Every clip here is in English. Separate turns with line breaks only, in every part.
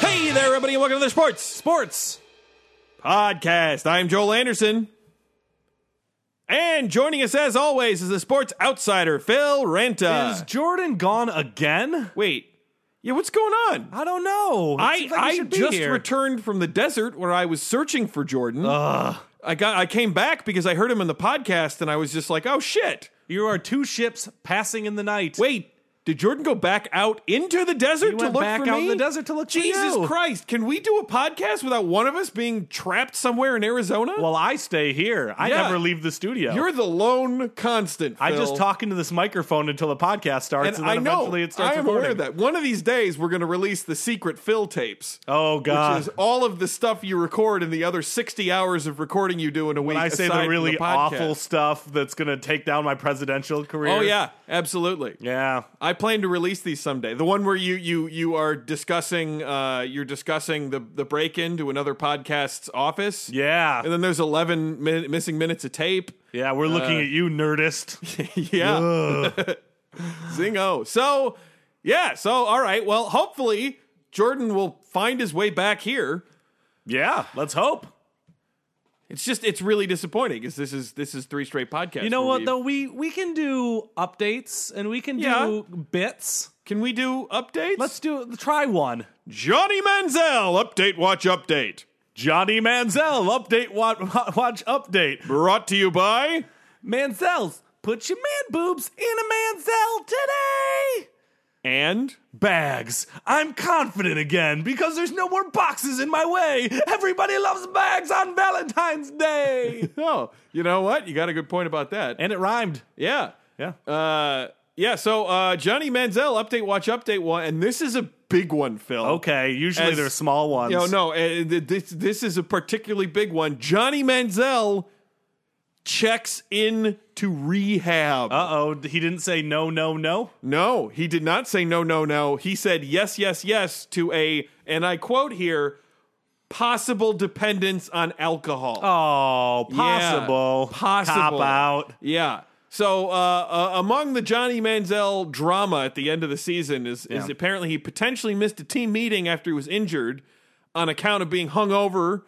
Hey there, everybody, and welcome to the Sports Sports Podcast. I'm Joel Anderson. And joining us, as always, is the sports outsider, Phil
is
Renta.
Jordan gone again?
Wait, yeah, what's going on?
I don't know. It
I,
seems like he
I
should be
just
here.
returned from the desert where I was searching for Jordan. I got I came back because I heard him in the podcast and I was just like, oh shit.
You are two ships passing in the night.
Wait, did Jordan go back out into the
He
desert to
went
look
back
for
out
me?
in the desert to look for
Jesus
you.
Christ, can we do a podcast without one of us being trapped somewhere in Arizona?
Well, I stay here. I
Yeah.
never leave the studio.
You're the lone constant.
I
Phil.
just talk into this microphone until the podcast starts,
and
and,
I
then
know.
eventually it starts
I am
recording.
aware of that one of these days we're going to release the secret Phil tapes,
Oh God!
which is all of the stuff you record and the other sixty hours of recording you do in a
When
week.
I say
aside
the
from
really
podcast.
awful stuff that's going to take down my presidential career.
Oh yeah, absolutely.
yeah.
I plan to release these someday. The one where you you you are discussing uh you're discussing the the break into another podcast's office.
Yeah.
And then there's 11 min- missing minutes of tape.
yeah, we're
Uh,
looking at you, Nerdist.
Yeah. Zingo. So, yeah. So, all right. Well, hopefully Jordan will find his way back here.
yeah, let's hope.
It's just it's really disappointing because this is this is three straight podcasts.
You know
where
what
we've-
though? We we can do updates and we can
Yeah.
do bits.
Can we do updates?
Let's do try one.
Johnny Manziel update watch update
Johnny Manziel update. Watch, watch update.
brought to you by
Manzel's put your man boobs in a Manzel today.
and
Bags. I'm confident again because there's no more boxes in my way. Everybody loves bags on Valentine's Day.
oh, you know what? You got a good point about that.
and it rhymed.
yeah.
Yeah.
Uh yeah, so uh Johnny Manziel update watch update one and this is a big one, Phil.
Oh. Okay, usually
As-
they're small ones.
No, no, uh, th- this this is a particularly big one. Johnny Manziel checks in to rehab.
Uh oh, he didn't say no, no, no.
no, he did not say no, no, no. He said yes, yes, yes to a, and I quote here, possible dependence on alcohol.
Oh, possible,
Yeah, possible.
cop out.
Yeah. So uh, uh, among the Johnny Manziel drama at the end of the season is is
Yeah.
apparently he potentially missed a team meeting after he was injured on account of being hungover.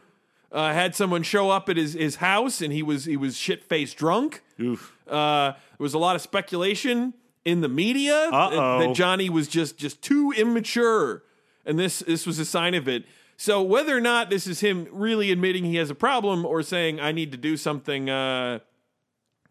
Uh, had someone show up at his, his house and he was he was shit faced drunk.
Oof.
Uh, there was a lot of speculation in the media that,
Uh-oh.
that Johnny was just just too immature, and this this was a sign of it. So whether or not this is him really admitting he has a problem or saying I need to do something, uh,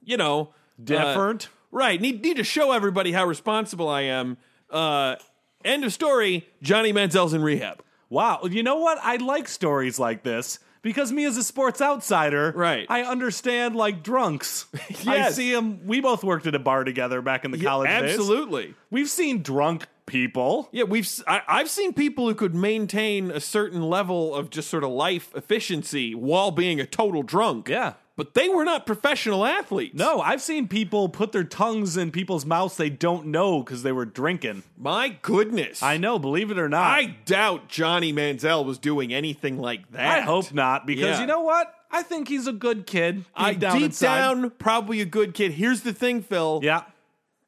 you know, uh,
Different.
right? Need need to show everybody how responsible I am. Uh, end of story. Johnny Manziel's in rehab.
wow. You know what? I like stories like this because me as a sports outsider,
Right.
I understand like drunks. I
Yes.
see them. We both worked at a bar together back in the college days.
Absolutely.
We've seen drunk people.
Yeah, we've s- I, have seen people who could maintain a certain level of just sort of life efficiency while being a total drunk.
Yeah.
but they were not professional athletes.
No, I've seen people put their tongues in people's mouths they don't know because they were drinking.
my goodness.
I know, believe it or not.
I doubt Johnny Manziel was doing anything like that.
I hope not because
Yeah.
you know what? I think he's a good kid. Deep
I
down
deep
inside.
down, probably a good kid. Here's the thing, Phil.
Yeah.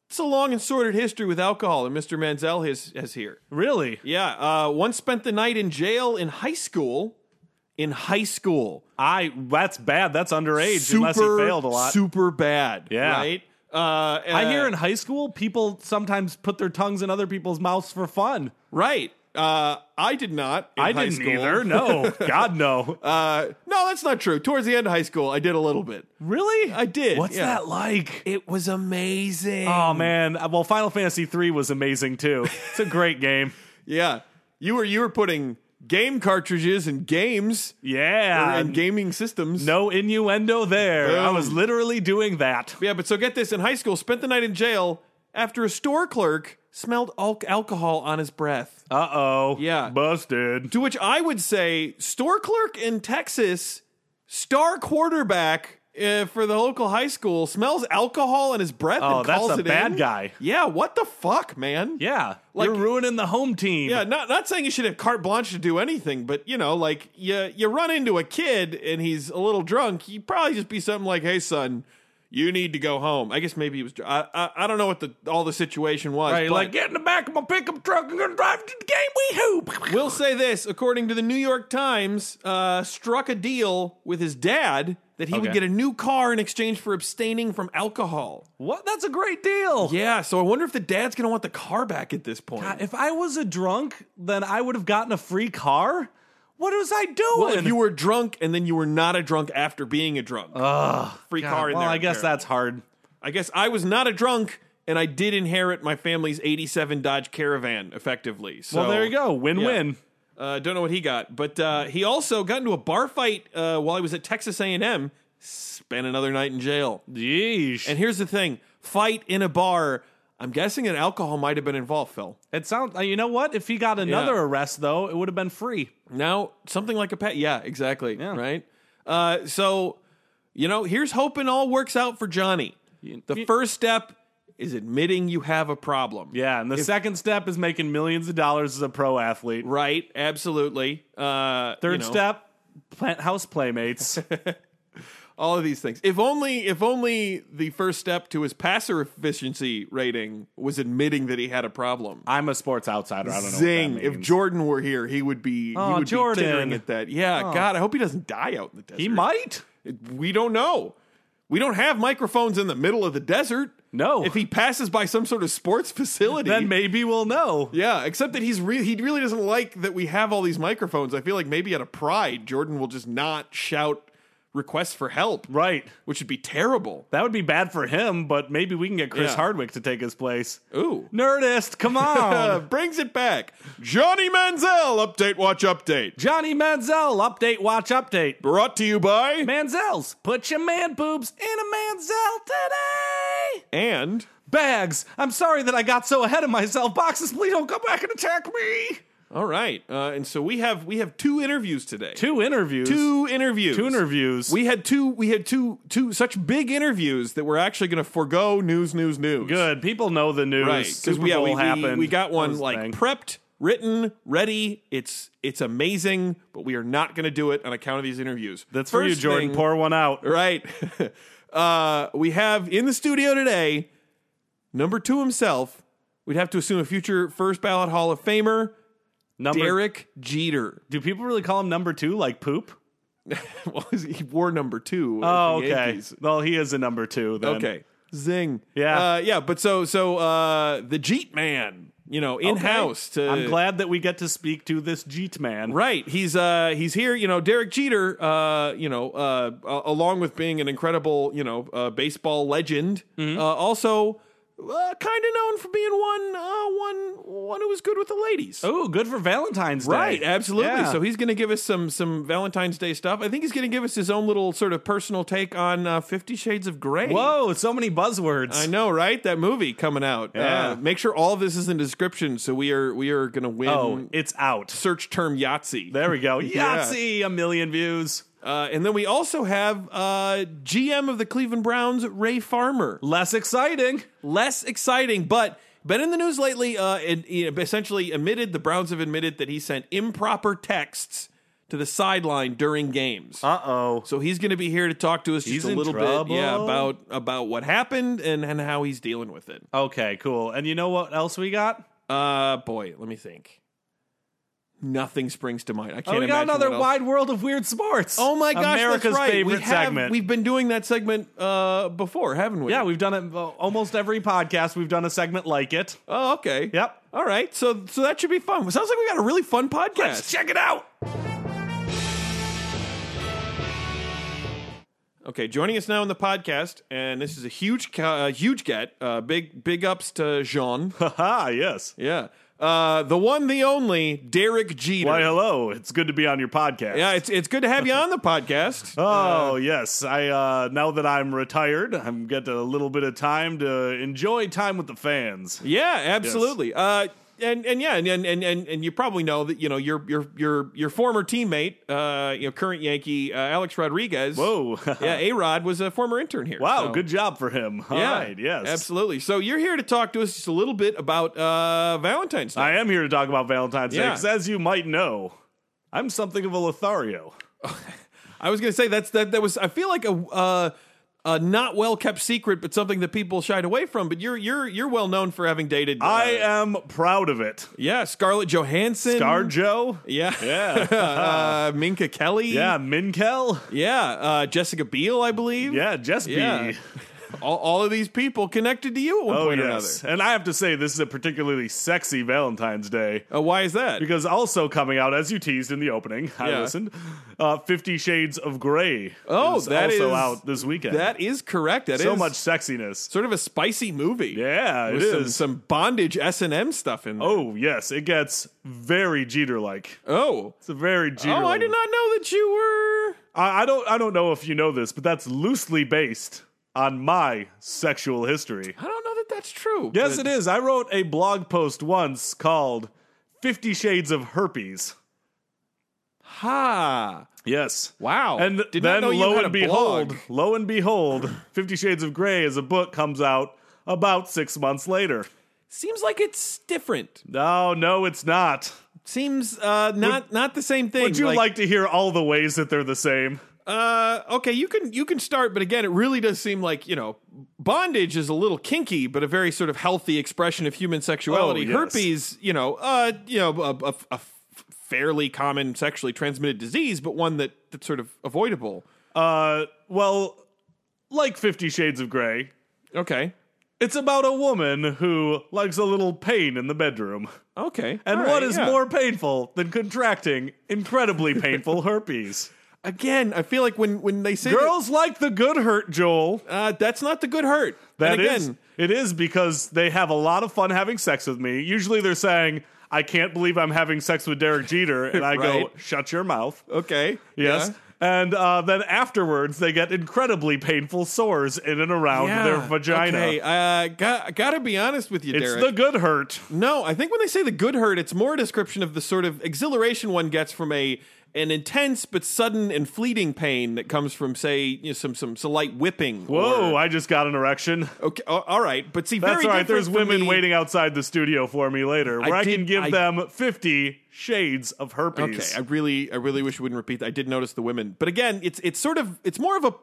It's a long and sordid history with alcohol, and Mr. Manziel has, has here.
Really?
Yeah, uh, once spent the night in jail in high school. In high school.
I that's bad. That's underage unless he failed a lot.
Super bad.
Yeah.
Right? Uh,
I hear
uh,
in high school people sometimes put their tongues in other people's mouths for fun.
Right. Uh, I did not. in
I
high
didn't
school.
either. No. God no.
Uh, no, that's not true. Towards the end of high school, I did a little bit.
really?
I did,
What's
yeah. Um,
that like?
It was amazing.
oh man. Well, Final Fantasy 3 was amazing too. It's a great game.
yeah. You were you were putting game cartridges and games
Yeah.
and gaming systems.
Um, no innuendo there. I
Boom.
was literally doing that.
Yeah, but so get this: in high school, spent the night in jail after a store clerk smelled al- alcohol on his breath.
Uh oh.
Yeah.
Busted.
To which I would say, store clerk in Texas, star quarterback uh, for the local high school, smells alcohol in his breath.
Oh,
and
that's
calls
a
it
bad
in?
guy.
Yeah, what the fuck, man?
Yeah.
Like-
You're ruining the home team.
Yeah, not not saying you should have carte blanche to do anything, but you know, like you you run into a kid and he's a little drunk, you probably just be something like, "Hey, son, you need to go home." I guess maybe he was. dr- I I, I don't know what the all the situation was.
Right,
but
like, get in the back of my pickup truck. I'm going to drive to the game. We hoop.
We'll say this, according to the New York Times, uh, struck a deal with his dad that he would
Okay.
get a new car in exchange for abstaining from alcohol.
What? That's a great deal.
Yeah, so I wonder if the dad's going to want the car back at this point.
If I was a drunk, then I would have gotten a free car. What was I doing?
well, if you were drunk and then you were not a drunk after being a drunk, free
God,
car in
well,
there.
I guess that's hard.
I guess I was not a drunk and I did inherit my family's 87 Dodge Caravan effectively. So
well, there you go. Win win.
Uh, don't know what he got, but uh, he also got into a bar fight uh, while he was at Texas A&M. Spent another night in jail.
Yeesh.
And here's the thing: fight in a bar. I'm guessing that alcohol might have been involved, Phil.
It sounds. uh, You know what? If he got another
Yeah.
arrest, though, it would have been free.
Now something like a pet. Yeah, exactly.
Yeah.
Right. Uh, so, you know, here's hoping all works out for Johnny. The
you-
first step is admitting you have a problem.
Yeah. And the second step is making millions of dollars as a pro athlete.
Right. Absolutely. Uh,
Third
you know,
step, plant house playmates.
All of these things. If only. If only the first step to his passer efficiency rating was admitting that he had a problem.
I'm a sports outsider. I don't know.
Zing!
What that
If
means.
Jordan were here, he would be.
Aw,
he would
Oh, Jordan. Oh.
be tittering at that. Yeah, God, I hope he doesn't die out in the desert.
he might.
We don't know. We don't have microphones in the middle of the desert.
No.
If he passes by some sort of sports facility,
Then maybe we'll know.
yeah. Except that he's re- he really doesn't like that we have all these microphones. I feel like maybe out of pride, Jordan will just not shout requests for help,
Right.
which would be terrible.
That would be bad for him, but maybe we can get Chris
Yeah.
Hardwick to take his place.
Ooh. Uh,
Nerdist, come on.
brings it back. Johnny Manziel update. Watch update.
Johnny Manziel, update, watch, update.
Brought to you by
Manziel's, put your man boobs in a Manziel today.
and.
Bags, I'm sorry that I got so ahead of myself. Boxes, please don't come back and attack me.
All right, uh, and so we have we have two interviews today.
Two interviews.
Two interviews.
Two interviews.
We had two. We had two two such big interviews that we're actually going to forego news, news, news.
Good. People know the news.
right?
Super
we, yeah,
Bowl
we, we-
happened.
We, got
That
one
was a
like
thing.
prepped, written, ready. It's it's amazing, but we are not going to do it on account of these interviews.
That's for you,
First
Jordan.
thing-
Pour one out.
Right. uh, we have in the studio today, number two himself. We'd have to assume a future first ballot Hall of Famer,
Number.
Derek Jeter.
Do people really call him number two, like poop?
well, he wore number two. at
Oh,
the
okay.
Yankees.
Well, he is a number two. Then.
Okay. Zing.
Yeah.
Uh, yeah. But so so uh, the Jeet Man, you know, in house. To
I'm glad that we get to speak to this Jeet man.
Right. He's uh he's here. You know, Derek Jeter. Uh, you know, uh, a- along with being an incredible, you know, uh, baseball legend,
Mm-hmm.
uh, also. Uh, kind of known for being one, uh, one, one who was good with the ladies.
Oh, good for Valentine's Day.
Right, absolutely.
Yeah.
So he's going to give us some some Valentine's Day stuff. I think he's going to give us his own little sort of personal take on uh, Fifty Shades of Grey.
Whoa, so many buzzwords.
I know, right? That movie coming out.
Yeah.
Uh, make sure all of this is in the description, so we are we are going to win.
Oh, it's out.
Search term Yahtzee.
There we go.
Yeah.
Yahtzee, a million views.
Uh, and then we also have uh, GM of the Cleveland Browns, Ray Farmer.
Less exciting.
Less exciting, but been in the news lately. Uh, and he essentially admitted the Browns have admitted that he sent improper texts to the sideline during games.
Uh oh.
So he's going to be here to talk to us
He's
just a
in
little bit,
trouble.
yeah, about about what happened and and how he's dealing with it.
Okay, cool. And you know what else we got?
Uh, boy, let me think. Nothing springs to mind. I can't
Oh, we got
imagine
another
what else-
wide world of weird sports.
Oh my gosh,
America's
that's right.
favorite
we have,
segment.
We've been doing that segment uh before, haven't we?
yeah, we've done it uh, almost every podcast. We've done a segment like it.
Oh, okay.
Yep.
All right. So so that should be fun. Sounds like we got a really fun podcast.
check it out.
Okay, joining us now on the podcast, and this is a huge, ca- uh, huge get. Uh, big, big ups to Jean.
Haha, yes.
yeah. uh, the one, the only Derek Jeter.
Why, hello. It's good to be on your podcast.
yeah, it's it's good to have you on the podcast.
Oh yes, I uh, now that I'm retired, I'm get a little bit of time to enjoy time with the fans.
Yeah, absolutely. Uh, and and yeah, and and and and and you probably know that you know your your your your former teammate, uh, you know, current Yankee uh, Alex Rodriguez.
Whoa,
yeah, A Rod was a former intern here.
wow,
so-
good job for him. All right,
Yeah,
yes,
absolutely. So you're here to talk to us just a little bit about uh, Valentine's Day.
I am here to talk about Valentine's Day
Yeah.
'cause as you might know, I'm something of a Lothario.
I was going to say that's that that was I feel like a uh, a not well kept secret, but something that people shied away from. But you're you're you're well known for having dated. Uh,
I am proud of it.
yeah, Scarlett Johansson,
Garjo,
yeah,
yeah,
uh, Minka Kelly,
yeah, Minkel,
yeah, uh, Jessica Biel, I believe,
yeah, Jess B.
Yeah. all, all of these people connected to you at one
Oh
point
yes, and I have to say this is a particularly sexy Valentine's Day.
or another. Uh, why is that?
Because also coming out, as you teased in the opening, I
Yeah.
listened. Uh, Fifty Shades of Grey.
Oh,
is
that
also
is-
out this weekend.
that is correct. That is
so much sexiness.
sort of a spicy movie.
Yeah, it
with some,
is.
some bondage S and M stuff in there.
oh yes, it gets very Jeter like.
oh,
It's a very Jeter.
oh! I did not know that you were.
I, I don't. I don't know if you know this, but that's loosely based on my sexual history.
I don't know that that's true.
Yes,
but-
it is. I wrote a blog post once called Fifty Shades of Herpes.
Ha!
Yes.
Wow.
And
Did not
then,
know you
lo
had
and
a blog.
behold, lo and behold, Fifty Shades of Grey as a book comes out about six months later.
seems like it's different.
No, no, it's not.
Seems uh, not not the same thing.
Would you like, to hear all the ways that they're the same?
Uh, okay, you can you can start, but again, it really does seem like you know bondage is a little kinky, but a very sort of healthy expression of human sexuality.
Oh, yes.
Herpes, you know, uh, you know, a, a, a fairly common sexually transmitted disease, but one that that's sort of avoidable.
Uh, well, like Fifty Shades of Grey,
Okay,
it's about a woman who likes a little pain in the bedroom.
okay,
And
All
what
right,
is
yeah.
more painful than contracting incredibly painful herpes?
again? I feel like when when they say that-
Girls like the good hurt, Joel.
Uh, that's not the good hurt.
That
and
is,
again,
it is because they have a lot of fun having sex with me. Usually they're saying, I can't believe I'm having sex with Derek Jeter. And I go,
Right.
shut your mouth.
okay.
Yes.
yeah.
And uh, then afterwards, they get incredibly painful sores in and around
Yeah,
their vagina.
Okay, uh, got, gotta be honest with you,
it's
Derek.
the good hurt.
no, I think when they say the good hurt, it's more a description of the sort of exhilaration one gets from a an intense but sudden and fleeting pain that comes from, say, you know, some some slight whipping.
Whoa,
Or,
I just got an erection.
okay. a- All right, but see,
That's
very
all right. There's
different from
women
the-
waiting outside the studio for me later where I,
did-
can give
I-
them 50 shades of
Okay,
herpes.
I really, I really wish you wouldn't repeat that. I did notice the women, but again, it's it's sort of it's more of a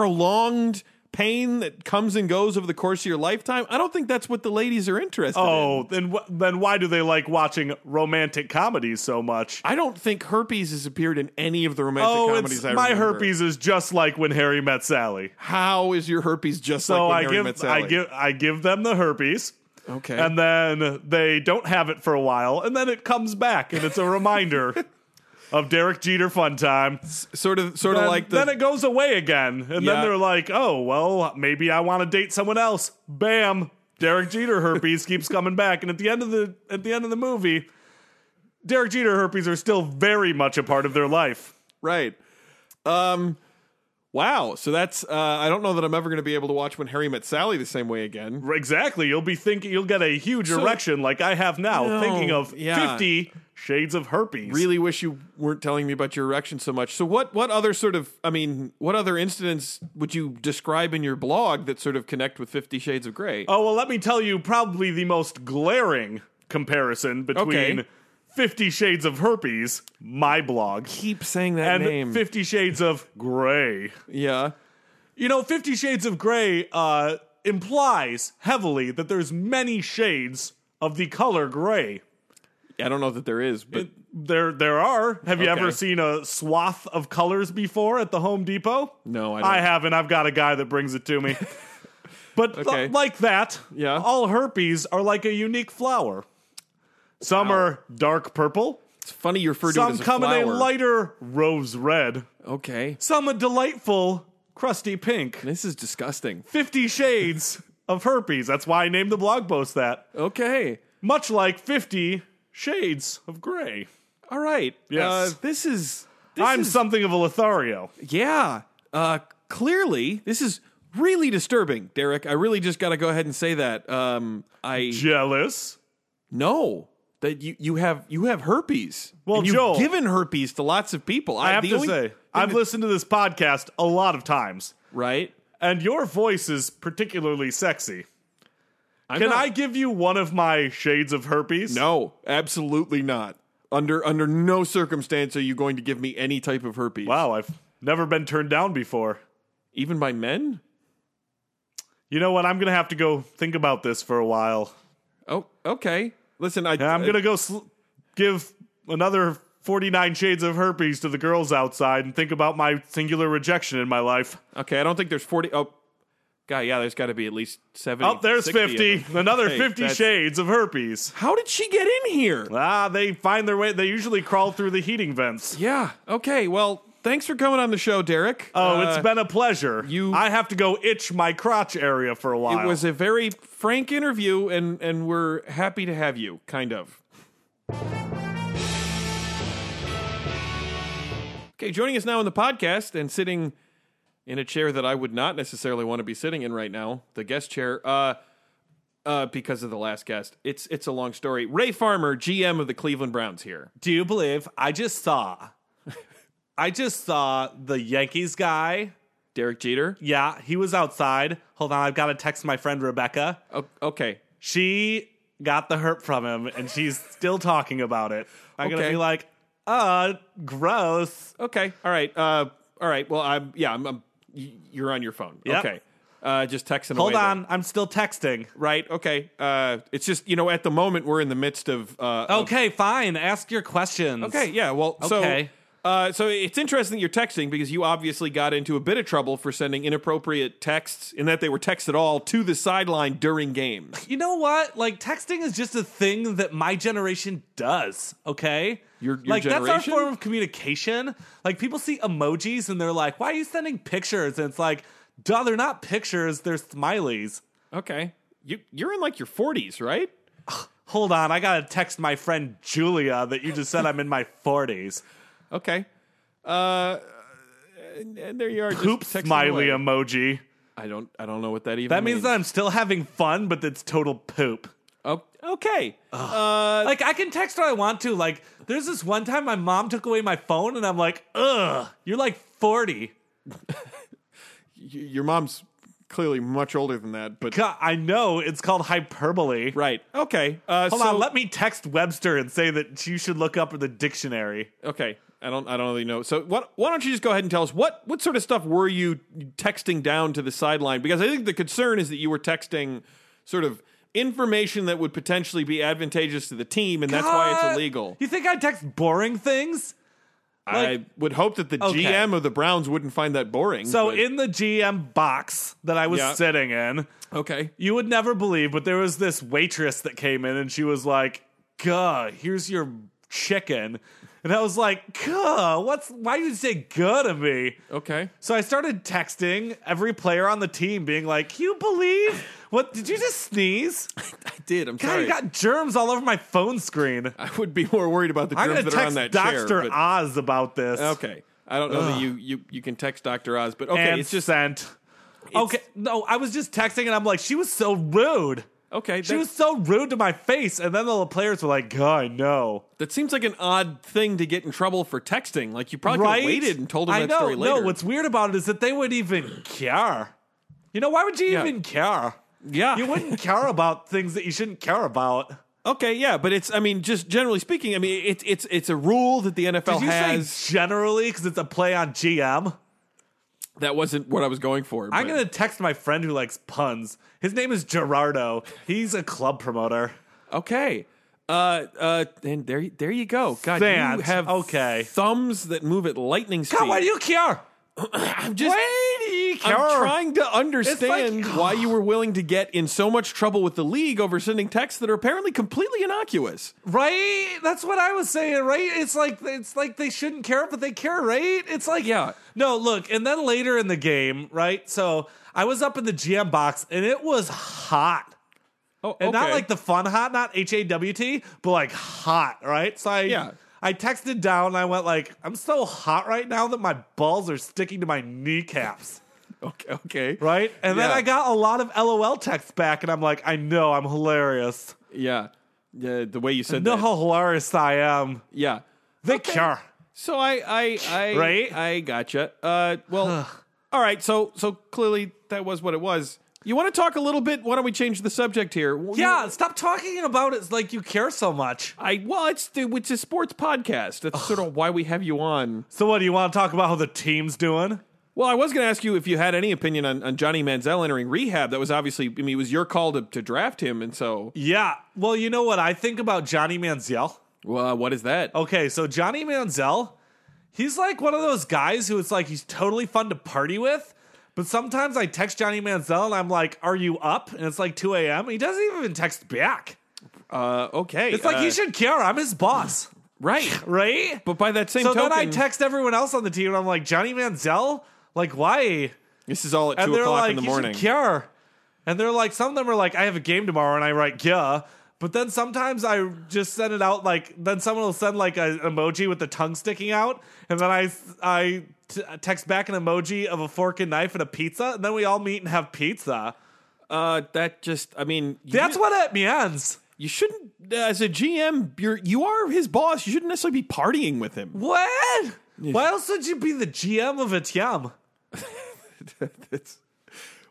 prolonged pain that comes and goes over the course of your lifetime. I don't think that's what the ladies are interested in.
Oh, then wh- then why do they like watching romantic comedies so much?
I don't think herpes has appeared in any of the romantic
Oh,
comedies
it's,
I
my
remember.
herpes is just like when Harry met Sally.
How is your herpes just
So
like when
I
Harry met
give
Sally?
I give I give them the herpes.
Okay.
And then they don't have it for a while, and then it comes back, and it's a reminder of Derek Jeter fun time.
sort of sort
Then,
of like the
then it goes away again, and then
Yeah.
they're like, "Oh well, maybe I want to date someone else." Bam! Derek Jeter herpes keeps coming back, and at the end of the at the end of the movie, Derek Jeter herpes are still very much a part of their life.
right. Um Wow, so that's uh, I don't know that I'm ever going to be able to watch when Harry met Sally the same way again.
Exactly. You'll be thinking you'll get a huge erection like I have now,
No,
thinking of
yeah.
fifty shades of herpes.
really wish you weren't telling me about your erection so much. So what what other sort of I mean, what other incidents would you describe in your blog that sort of connect with 50 shades of gray?
Oh well, let me tell you probably the most glaring comparison between
Okay.
Fifty Shades of Herpes, my blog.
keep saying that
and Fifty Shades of Grey.
yeah.
You know, Fifty Shades of Grey uh, implies heavily that there's many shades of the color gray.
I don't know that there is, but
There, there are. Have you
Okay.
ever seen a swath of colors before at the Home Depot?
No, I don't.
I haven't. I've got a guy that brings it to me. but l-
Okay.
like that,
Yeah.
all herpes are like a unique flower. Some are dark purple.
it's funny you refer to it
Some
as a
come in a
flower.
lighter rose red.
Okay.
Some a delightful crusty pink.
This is disgusting.
Fifty Shades of Herpes. That's why I named the blog post that.
Okay.
much like 50 Shades of Grey.
All right.
Yes.
Uh, this is. This
I'm
is,
something of a Lothario.
Yeah. Uh, clearly, this is really disturbing, Derek. I really just got to go ahead and say that. Um, I
Jealous.
know that you, you have you have herpes.
Well,
and you've
Joel-
given herpes to lots of people.
I have
the
to
only-
say, I've listened to this podcast a lot of times,
right.
and your voice is particularly sexy.
I'm
Can
not-
I give you one of my shades of herpes?
No, absolutely not. Under under no circumstance are you going to give me any type of herpes.
Wow, I've never been turned down before.
Even by men?
You know what? I'm going to have to go think about this for a while.
Oh, okay. Listen, I
Uh,
I'm going to go sl- give another 49 shades of herpes to the girls outside and think about my singular rejection in my life.
Okay, I don't think there's 40 Oh. God, yeah, there's got to be at least 70.
Oh, there's
60 of
50.
them.
Another
Hey,
50
that's-
shades of herpes.
How did she get in here?
Ah, they find their way. They usually crawl through the heating vents.
Yeah. Okay. Well, thanks for coming on the show, Derek.
Oh,
Uh,
it's been a pleasure.
you-
I have to go itch my crotch area for a while.
It was a very frank interview, and and we're happy to have you. Kind of. Okay, joining us now in the podcast and sitting in a chair that I would not necessarily want to be sitting in right now, the guest chair, uh, uh, because of the last guest. It's it's a long story. Ray Farmer, GM of the Cleveland Browns, here.
Do you believe I just saw? I just saw the Yankees guy.
Derek Jeter.
Yeah, he was outside. Hold on, I've got to text my friend Rebecca.
O- okay,
She got the herp from him, and she's still talking about it. I'm
Okay.
gonna be like, uh, gross.
Okay. All right. Uh, all right. Well, I'm. Yeah. I'm. I'm y- you're on your phone.
Yep.
Okay. Uh, just texting.
Hold
away
on,
there.
I'm still texting.
Right. Okay. Uh, it's just you know at the moment we're in the midst of. Uh, of-
Okay, fine. Ask your questions.
okay. Yeah. Well.
Okay.
So. Uh, so it's interesting that you're texting because you obviously got into a bit of trouble for sending inappropriate texts in that they were texts at all to the sideline during games.
You know what? Like texting is just a thing that my generation does. Okay.
Your- your
like that's
generation?
our form of communication. Like people see emojis and they're like, "Why are you sending pictures?" And it's like, "Duh, they're not pictures. They're smileys."
Okay. You you're in like your 40s, right?
Hold on, I gotta text my friend Julia that you just said I'm in my forties.
Okay. Uh, and, and there you are. just
poop
texting
smiley um.
away.
emoji.
I don't. I don't know what that even.
That means that I'm still having fun, but it's total poop.
Oh, okay. Uh,
Like I can text what I want to. Like there's this one time my mom took away my phone, and I'm like, "Ugh, you're like 40."
y- your mom's clearly much older than that, but
God, I know it's called hyperbole.
right. Okay. Uh,
Hold
so,
on, let me text Webster and say that you should look up the dictionary.
okay. I don't. I don't really know. So, what, why don't you just go ahead and tell us what what sort of stuff were you texting down to the sideline? Because I think the concern is that you were texting sort of information that would potentially be advantageous to the team, and that's why
God,
it's illegal.
Uh, You think I text boring things?
I would hope that the
Okay.
GM of the Browns wouldn't find that boring.
So
but-
in the GM box that I was
Yeah.
sitting in,
okay.
you would never believe, but there was this waitress that came in and she was like, "Guh, here's your chicken." And I was like, "Guh, what's why do you say guh to me?"
Okay.
So I started texting every player on the team being like, "Can you believe what did you just sneeze?"
I did. I'm
God,
sorry.
you got germs all over my phone screen.
I would be more worried about the
I'm
germs
gonna
that are on
text
that chair.
Doctor
but-
Oz about this.
Okay. I don't know that you, you you can text Dr. Oz, but okay,
and
it's just
sent. okay, no, I was just texting and I'm like, she was so rude.
okay. That,
She was so rude to my face, and then all the players were like, "God, I know."
that seems like an odd thing to get in trouble for texting. Like you probably
Right?
could have waited and told him
I
that
know.
story later.
No, what's weird about it is that they would even care. You know, why would you
Yeah.
even care?
yeah.
You wouldn't care about things that you shouldn't care about.
okay, yeah, but it's I mean just generally speaking, I mean it's it's it's a rule that the NFL
Did you
has.
say generally because it's a play on GM?
that wasn't what I was going for.
I'm
but-
gonna text my friend who likes puns. His name is Gerardo. He's a club promoter.
Okay. Uh uh and there there you go. God, you
That.
have
Okay.
thumbs that move at lightning speed.
God, why do you care?
I'm just
do you
I'm trying to understand
It's like-
why you were willing to get in so much trouble with the league over sending texts that are apparently completely innocuous.
Right? That's what I was saying, right? It's like it's like they shouldn't care, but they care, right? It's like
Yeah.
No, look, and then later in the game, right? So I was up in the GM box and it was hot.
Oh,
and not
okay.
like the fun hot, not H A W T, but like hot, right? So I
Yeah.
I texted down and I went like, I'm so hot right now that my balls are sticking to my kneecaps.
Okay, okay.
Right? And then
Yeah.
I got a lot of LOL texts back and I'm like, I know I'm hilarious.
Yeah. Yeah, the way you said
know
that.
how hilarious I am.
Yeah.
The
Okay.
cure.
So I I I
Right?
I gotcha. Uh well all right, so so clearly that was what it was. You want to talk a little bit? Why don't we change the subject here? Well, you-
Yeah, stop talking about it like you care so much.
I well, it's the, it's a sports podcast. That's sort of why we have you on.
So what do you want to talk about how the team's doing?
Well, I was going to ask you if you had any opinion on, on Johnny Manziel entering rehab. That was obviously, I mean, it was your call to, to draft him, and so
Yeah. Well, you know what I think about Johnny Manziel?
well, uh, what is that?
Okay, so Johnny Manziel, he's like one of those guys who it's like he's totally fun to party with. But sometimes I text Johnny Manziel and I'm like, "Are you up?" And it's like 2 a.m. He doesn't even text back.
Uh, okay,
It's like
uh,
he should care. I'm his boss,
right.
right?
But by that same
so
token,
then I text everyone else on the team and I'm like, "Johnny Manziel, like why?"
this is all at
And
two
they're
o'clock
like,
in the
"You
morning.
should care." And they're like, some of them are like, "I have a game tomorrow," and I write, "Yeah." But then sometimes I just send it out like then someone will send like an emoji with the tongue sticking out, and then I I t- text back an emoji of a fork and knife and a pizza, and then we all meet and have pizza.
Uh, that just, I mean,
That's
you,
what it means.
you shouldn't. As a GM, you're you are his boss. You shouldn't necessarily be partying with him.
What? Why else would you be the GM of a team?
That's-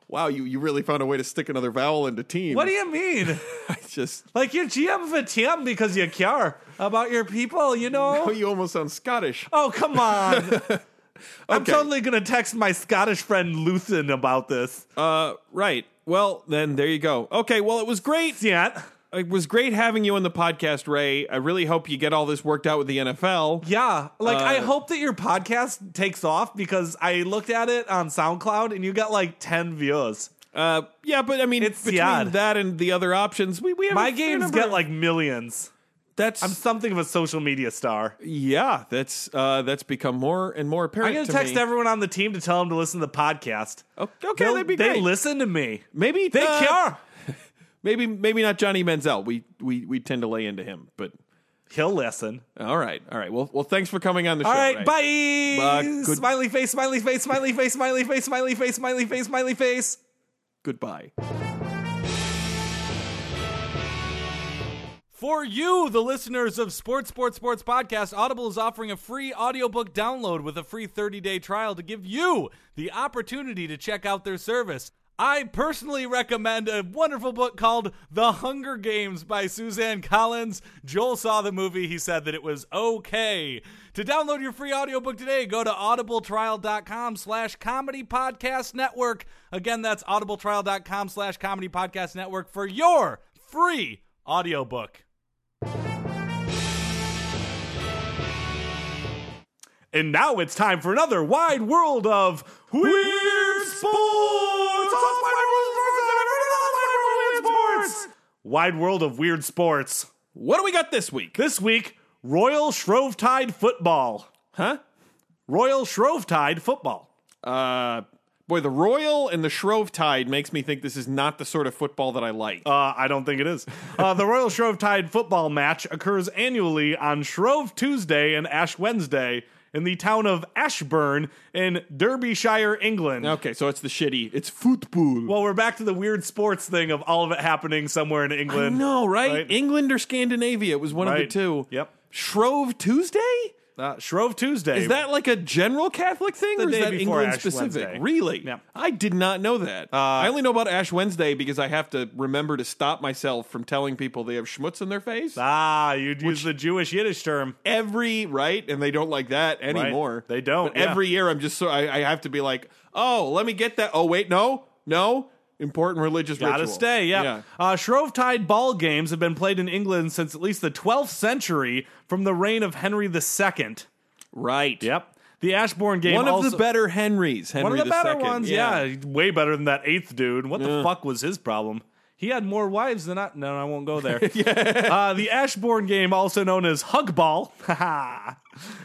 wow, you you really found a way to stick another vowel into team.
What do you mean?
I just?
like you're GM of a team because you care about your people, you know?
oh, you almost sound Scottish.
Oh, come on. I'm
Okay.
totally going to text my Scottish friend Luthen about this.
Uh, right. Well, then there you go. Okay. Well, it was great.
Yeah.
It was great having you on the podcast, Ray. I really hope you get all this worked out with the NFL.
Yeah. Like, I
Uh,
hope that your podcast takes off because I looked at it on SoundCloud and you got like 10 views.
Uh, yeah, but I mean,
It's
between
Siad.
that and the other options, we we have
My
a fair
games
number
get
of-
like millions.
that's
I'm something of a social media star.
yeah, that's uh, that's become more and more apparent.
I'm going
to
to text
me.
everyone on the team to tell them to listen to the podcast.
Okay, okay, that'd be
they
great.
listen to me.
maybe
They
uh,
care.
Maybe maybe not Johnny Menzel. We we we tend to lay into him, but
He'll listen.
all right, all right. Well, well, thanks for coming on the
All
show.
right,
Ray.
bye.
Uh, good-
Smiley face, smiley face, smiley face, smiley face, smiley face, smiley face, smiley face.
Goodbye.
For you, the listeners of Sports Sports Sports Podcast, Audible is offering a free audiobook download with a free 30-day trial to give you the opportunity to check out their service. I personally recommend a wonderful book called The Hunger Games by Suzanne Collins. Joel saw the movie, he said that it was okay. To download your free audiobook today, go to audibletrial.com slash comedy podcast network. Again, that's audibletrial.com slash comedy podcast network for your free audiobook.
And now it's time for another wide world of weird sports. Wide world of weird sports.
What do we got this week?
This week, Royal Shrovetide football.
Huh?
Royal Shrovetide football.
Uh, boy, the Royal and the Shrove Tide makes me think this is not the sort of football that I like.
Uh, I don't think it is. Uh, the Royal Shrovetide football match occurs annually on Shrove Tuesday and Ash Wednesday in the town of Ashburn in Derbyshire, England.
okay, so it's the shitty. It's football.
Well, we're back to the weird sports thing of all of it happening somewhere in England.
no, right?
Right.
England or Scandinavia? It was one of
Right.
the two.
Yep.
Shrove Tuesday?
Uh, Shrove Tuesday.
Is that like a general Catholic thing, or is
day
that
before
England
Ash
specific?
Wednesday. Uh,
Really?
Yep.
I did not know that. I only know about Ash Wednesday because I have to remember to stop myself from telling people they have schmutz in their face.
Ah, you'd use the Jewish Yiddish term.
every right, and they don't like that anymore.
They don't,
But
yeah.
Every year, I'm just so I, I have to be like, oh, let me get that. Oh wait, no, no. Important religious
Gotta
ritual.
stay, yeah. Uh, Shrovetide ball games have been played in England since at least the 12th century from the reign of Henry II.
Right.
Yep. The Ashbourne game
One of
also-
the better Henrys. Henry
One of the better
II.
ones, yeah. Way better than that eighth dude. What the fuck was his problem? He had more wives than I. No, I won't go there. uh, the Ashbourne game, also known as Hugball,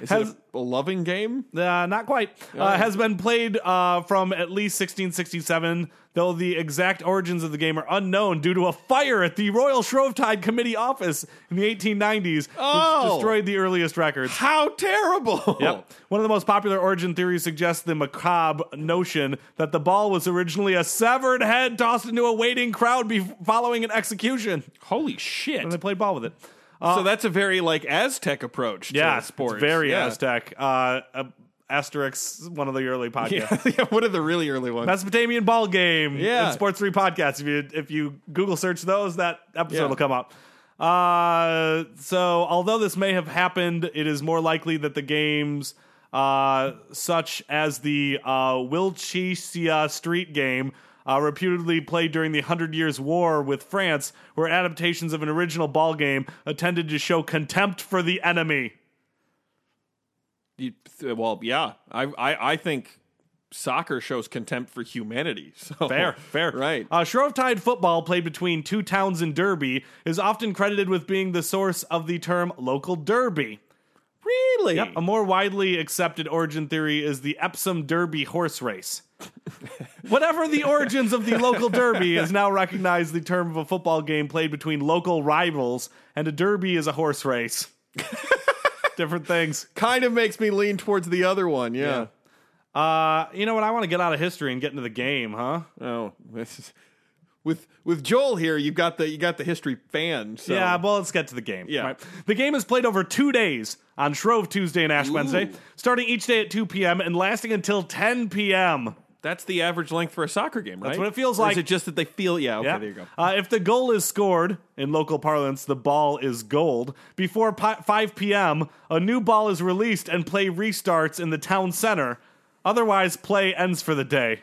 Is
Has-
it a, a loving game?
Uh, not quite. Uh, has been played uh, from at least 1667, though the exact origins of the game are unknown due to a fire at the Royal Shrovetide Committee office in the 1890s,
Oh.
which destroyed the earliest records.
How terrible!
Yep. One of the most popular origin theories suggests the macabre notion that the ball was originally a severed head tossed into a waiting crowd be- following an execution,
Holy shit!
and they played ball with it.
so that's a very like Aztec approach. To
Uh, Yeah,
sports.
it's very
yeah.
Aztec. Uh, uh, Asterix, one of the early podcasts.
Yeah. yeah, one of the really early ones.
Mesopotamian ball game.
Yeah.
and Sports Three podcast. If you if you Google search those, that episode
Yeah.
will come up. Uh, so although this may have happened, it is more likely that the games, uh, such as the uh, Wilchicia Street game. Uh, reputedly played during the Hundred Years' War with France, were adaptations of an original ball game intended to show contempt for the enemy.
You- th- well, yeah, I, I I think soccer shows contempt for humanity. So
Fair, fair.
right?
Uh, Shrovetide football, played between two towns in Derby, is often credited with being the source of the term local derby.
really?
Yep, a more widely accepted origin theory is the Epsom Derby horse race. Whatever the origins of the local derby is now recognized the term of a football game played between local rivals, and a derby is a horse race. Different things.
Kind of makes me lean towards the other one. Yeah.
Uh, you know what? I want to get out of history and get into the game, huh?
Oh, this is with with Joel here. You've got the you got the history fan. So.
Yeah, well, let's get to the game.
Yeah.
The game is played over two days on Shrove Tuesday and Ash Wednesday, starting each day at 2 p.m. and lasting until 10 p.m.
that's the average length for a soccer game, right?
what it feels
Or
like.
Is it just that they feel? Yeah. Okay.
Yeah.
There you go.
Uh, if the goal is scored, in local parlance, the ball is gold, before pi- 5 p.m., a new ball is released and play restarts in the town center. Otherwise, play ends for the day.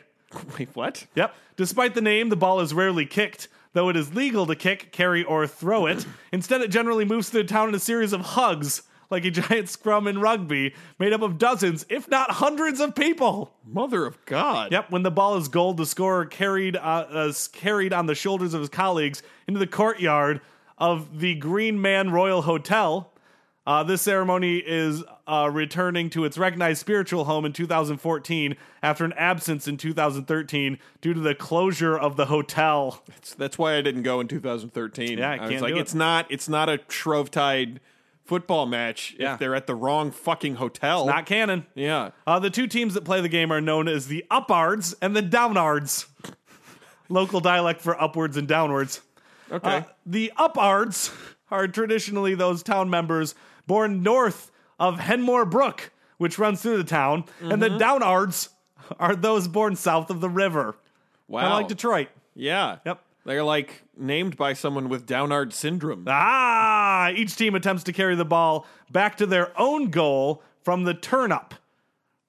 Wait, what?
Yep. Despite the name, the ball is rarely kicked, though it is legal to kick, carry, or throw it. Instead, it generally moves through the town in a series of hugs, like a giant scrum in rugby, made up of dozens, if not hundreds of people.
Mother of God.
Yep. When the ball is gold, the scorer carried uh, uh, s- carried on the shoulders of his colleagues into the courtyard of the Green Man Royal Hotel. Uh, this ceremony is uh, returning to its recognized spiritual home in 2014 after an absence in 2013 due to the closure of the hotel.
That's, that's why I didn't go in 2013.
Yeah, I
was
can't
like,
do it.
it's not it's not a Shrovetide football match
Yeah.
if they're at the wrong fucking hotel.
Not canon.
yeah.
Uh, the two teams that play the game are known as the Upards and the Downards. Local dialect for upwards and downwards.
Okay.
Uh, the Upards are traditionally those town members born north of Henmore Brook, which runs through the town, and the
Mm-hmm.
Downards are those born south of the river.
wow.
Kind of like Detroit.
Yeah.
Yep.
They're like named by someone with Downard syndrome.
Ah! Each team attempts to carry the ball back to their own goal from the turn up.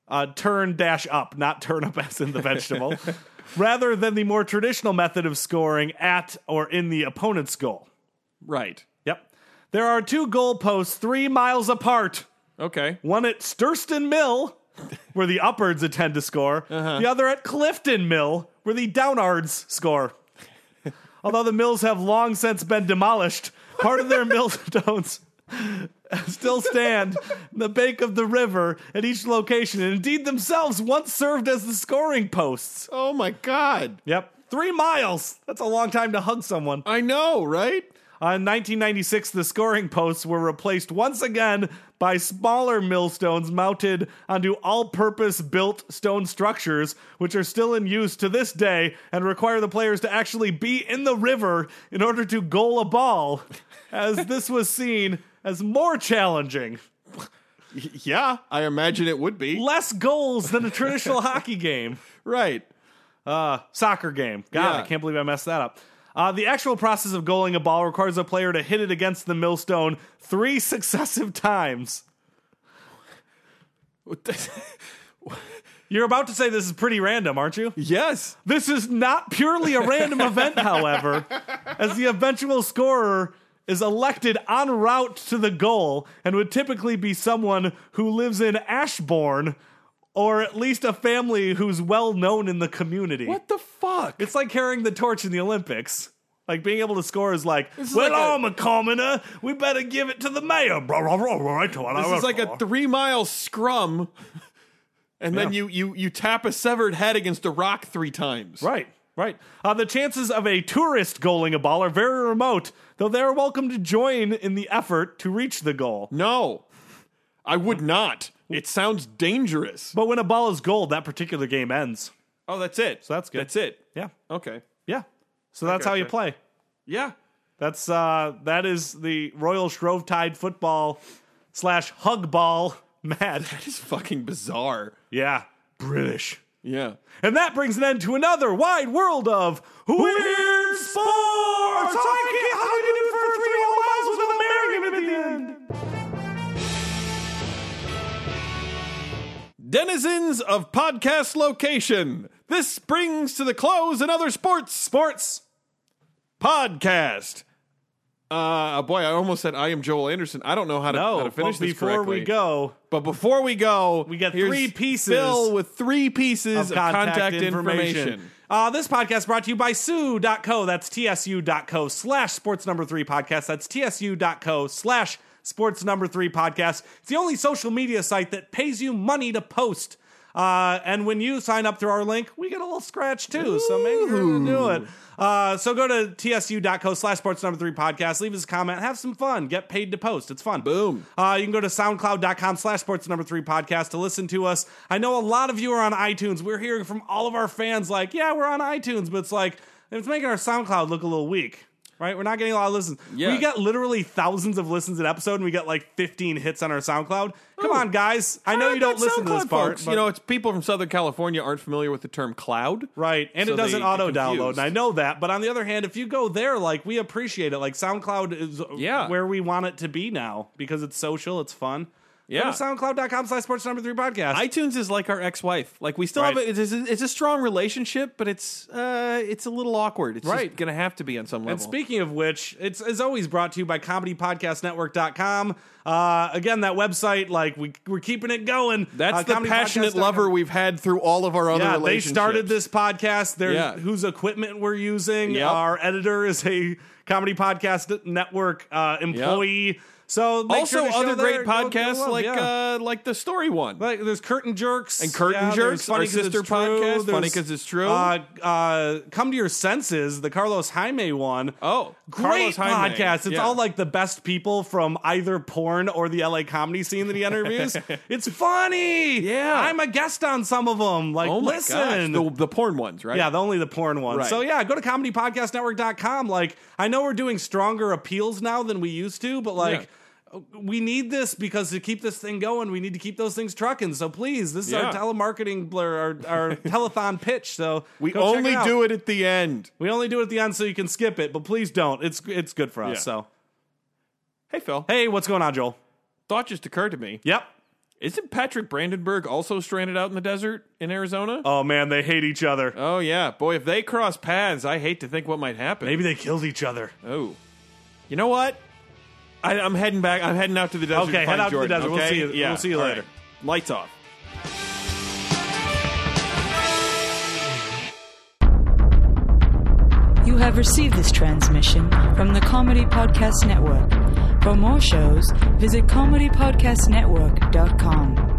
Uh, turn dash up, not turn up as in the vegetable, rather than the more traditional method of scoring at or in the opponent's goal.
Right.
Yep. There are two goalposts three miles apart.
Okay.
One at Sturston Mill, where the upwards attend to score. The other at Clifton Mill, where the downards score. Although the mills have long since been demolished, part of their millstones still stand in the bank of the river at each location, and indeed themselves once served as the scoring posts.
Oh my god.
Yep. Three miles! That's a long time to hug someone.
I know, right?
Uh, in 1996, the scoring posts were replaced once again by smaller millstones mounted onto all purpose built stone structures, which are still in use to this day and require the players to actually be in the river in order to goal a ball, as this was seen as more challenging.
Y- Yeah, I imagine it would be.
Less goals than a traditional hockey game.
Right.
Uh, soccer game. God,
Yeah.
I can't believe I messed that up. Uh, the actual process of goaling a ball requires a player to hit it against the millstone three successive times. You're about to say this is pretty random, aren't you?
yes.
This is not purely a random event, however, as the eventual scorer is elected en route to the goal and would typically be someone who lives in Ashbourne or at least a family who's well known in the community.
What the fuck?
It's like carrying the torch in the Olympics. Like being able to score is like,
is
well,
like a-
I'm a, commoner. We better give it to the mayor. Blah, blah, blah, blah, blah,
This
blah,
is like
blah.
a three mile scrum, and then you you you tap a severed head against a rock three times.
Right, right. Uh, the chances of a tourist goaling a ball are very remote, though they are welcome to join in the effort to reach the goal.
No, I would not. It sounds dangerous.
But when a ball is goaled, that particular game ends.
Oh, that's it. So
that's good.
That's it.
Yeah,
Okay.
yeah. So that's how you
gotcha.
play.
Yeah.
That's uh, that is the Royal Shrovetide football slash hug ball match.
It's fucking bizarre.
Yeah, British.
Yeah.
And that brings an end to another wide world of weird sports. I can't how you do for three whole miles with an American at the end.
Denizens of podcast location. This brings to the close another sports sports podcast. Uh boy, I almost said I am Joel Anderson. I don't know how to,
No,
how to finish
but
this
Oh, before
correctly.
we go,
But before we go, we
got three pieces
Phil with three pieces of contact, information.
Uh, this podcast brought to you by Sue.co. That's TSU.co slash sports number three podcast. That's TSU.co slash sports number three podcast. It's the only social media site that pays you money to post. Uh, and when you sign up through our link, we get a little scratch too. So maybe you're going to do it. Uh, so go to tsu.co slash sports number three podcast. Leave us a comment. Have some fun. Get paid to post. It's fun.
Boom.
Uh, you can go to soundcloud.com slash sports number three podcast to listen to us. I know a lot of you are on iTunes. We're hearing from all of our fans like, yeah, we're on iTunes, but it's like, it's making our SoundCloud look a little weak. Right, we're not getting a lot of listens.
Yeah.
We got literally thousands of listens an episode, and we got like 15 hits on our SoundCloud. Come on, guys! I know you don't listen to this
Oh, SoundCloud
part.
folks,
but-
you know, it's people from Southern California aren't familiar with the term cloud.
Right. And
So
it
they
doesn't
get
auto download.
confused.
And I know that. But on the other hand, if you go there, like we appreciate it. Like SoundCloud is
Yeah.
where we want it to be now because it's social, it's fun.
Yeah.
Go to soundcloud.com slash sports number three podcast.
iTunes is like our ex-wife. Like we still
Right.
have a, it's, a, it's a strong relationship, but it's uh, it's a little awkward. It's
Right.
just gonna have to be on some level.
and speaking of which, it's as always brought to you by comedypodcastnetwork.com. Uh, again, that website, like we, we're keeping it going.
That's
Uh,
the passionate
comedypodcast.com.
lover we've had through all of our other
Yeah, they
relationships.
started this podcast. There's
Yeah.
whose equipment we're using.
Yep.
Our editor is a comedy podcast network uh, employee. So make
Also,
sure to show
other great
there, go give
podcasts
love,
like
yeah.
uh, like the story one.
Like, there's Curtain Jerks
And Curtain
there's
Jerks, our
'Cause It's
sister
True,
podcast, Funny
there's,
'Cause It's True.
Uh, uh, Come to Your Senses, the Carlos Jaime one.
oh,
Great
Carlos Jaime.
podcast. It's
Yeah.
all like the best people from either porn or the LA comedy scene that he interviews. it's funny.
Yeah.
I'm a guest on some of them. Like,
oh my
listen.
gosh, the, the porn ones, right?
Yeah, the only the porn one.
Right.
So yeah, go to comedypodcastnetwork.com. Like I know we're doing stronger appeals now than we used to, but like we need this because to keep this thing going, we need to keep those things trucking. So please, this is
Yeah.
our telemarketing blur, our, our telethon pitch. So
we only
it. out.
do it at the end.
We only do it at the end so you can skip it, but please don't. It's it's good for us.
Yeah.
So
Hey, Phil.
hey, what's going on, Joel?
Thought just occurred to me.
Yep.
Isn't Patrick Brandenburg also stranded out in the desert in Arizona?
Oh man, they hate each other.
Oh yeah, boy, if they cross paths, I hate to think what might happen.
Maybe they killed each other.
Oh, you know what? I, I'm heading back. I'm heading out to the desert.
Okay,
to
head
find
out to the
Jordan,
desert. We'll
okay?
see you-
Yeah.
we'll see you
all
later.
right. Lights off.
You have received this transmission from the Comedy Podcast Network. For more shows, visit comedypodcastnetwork.com.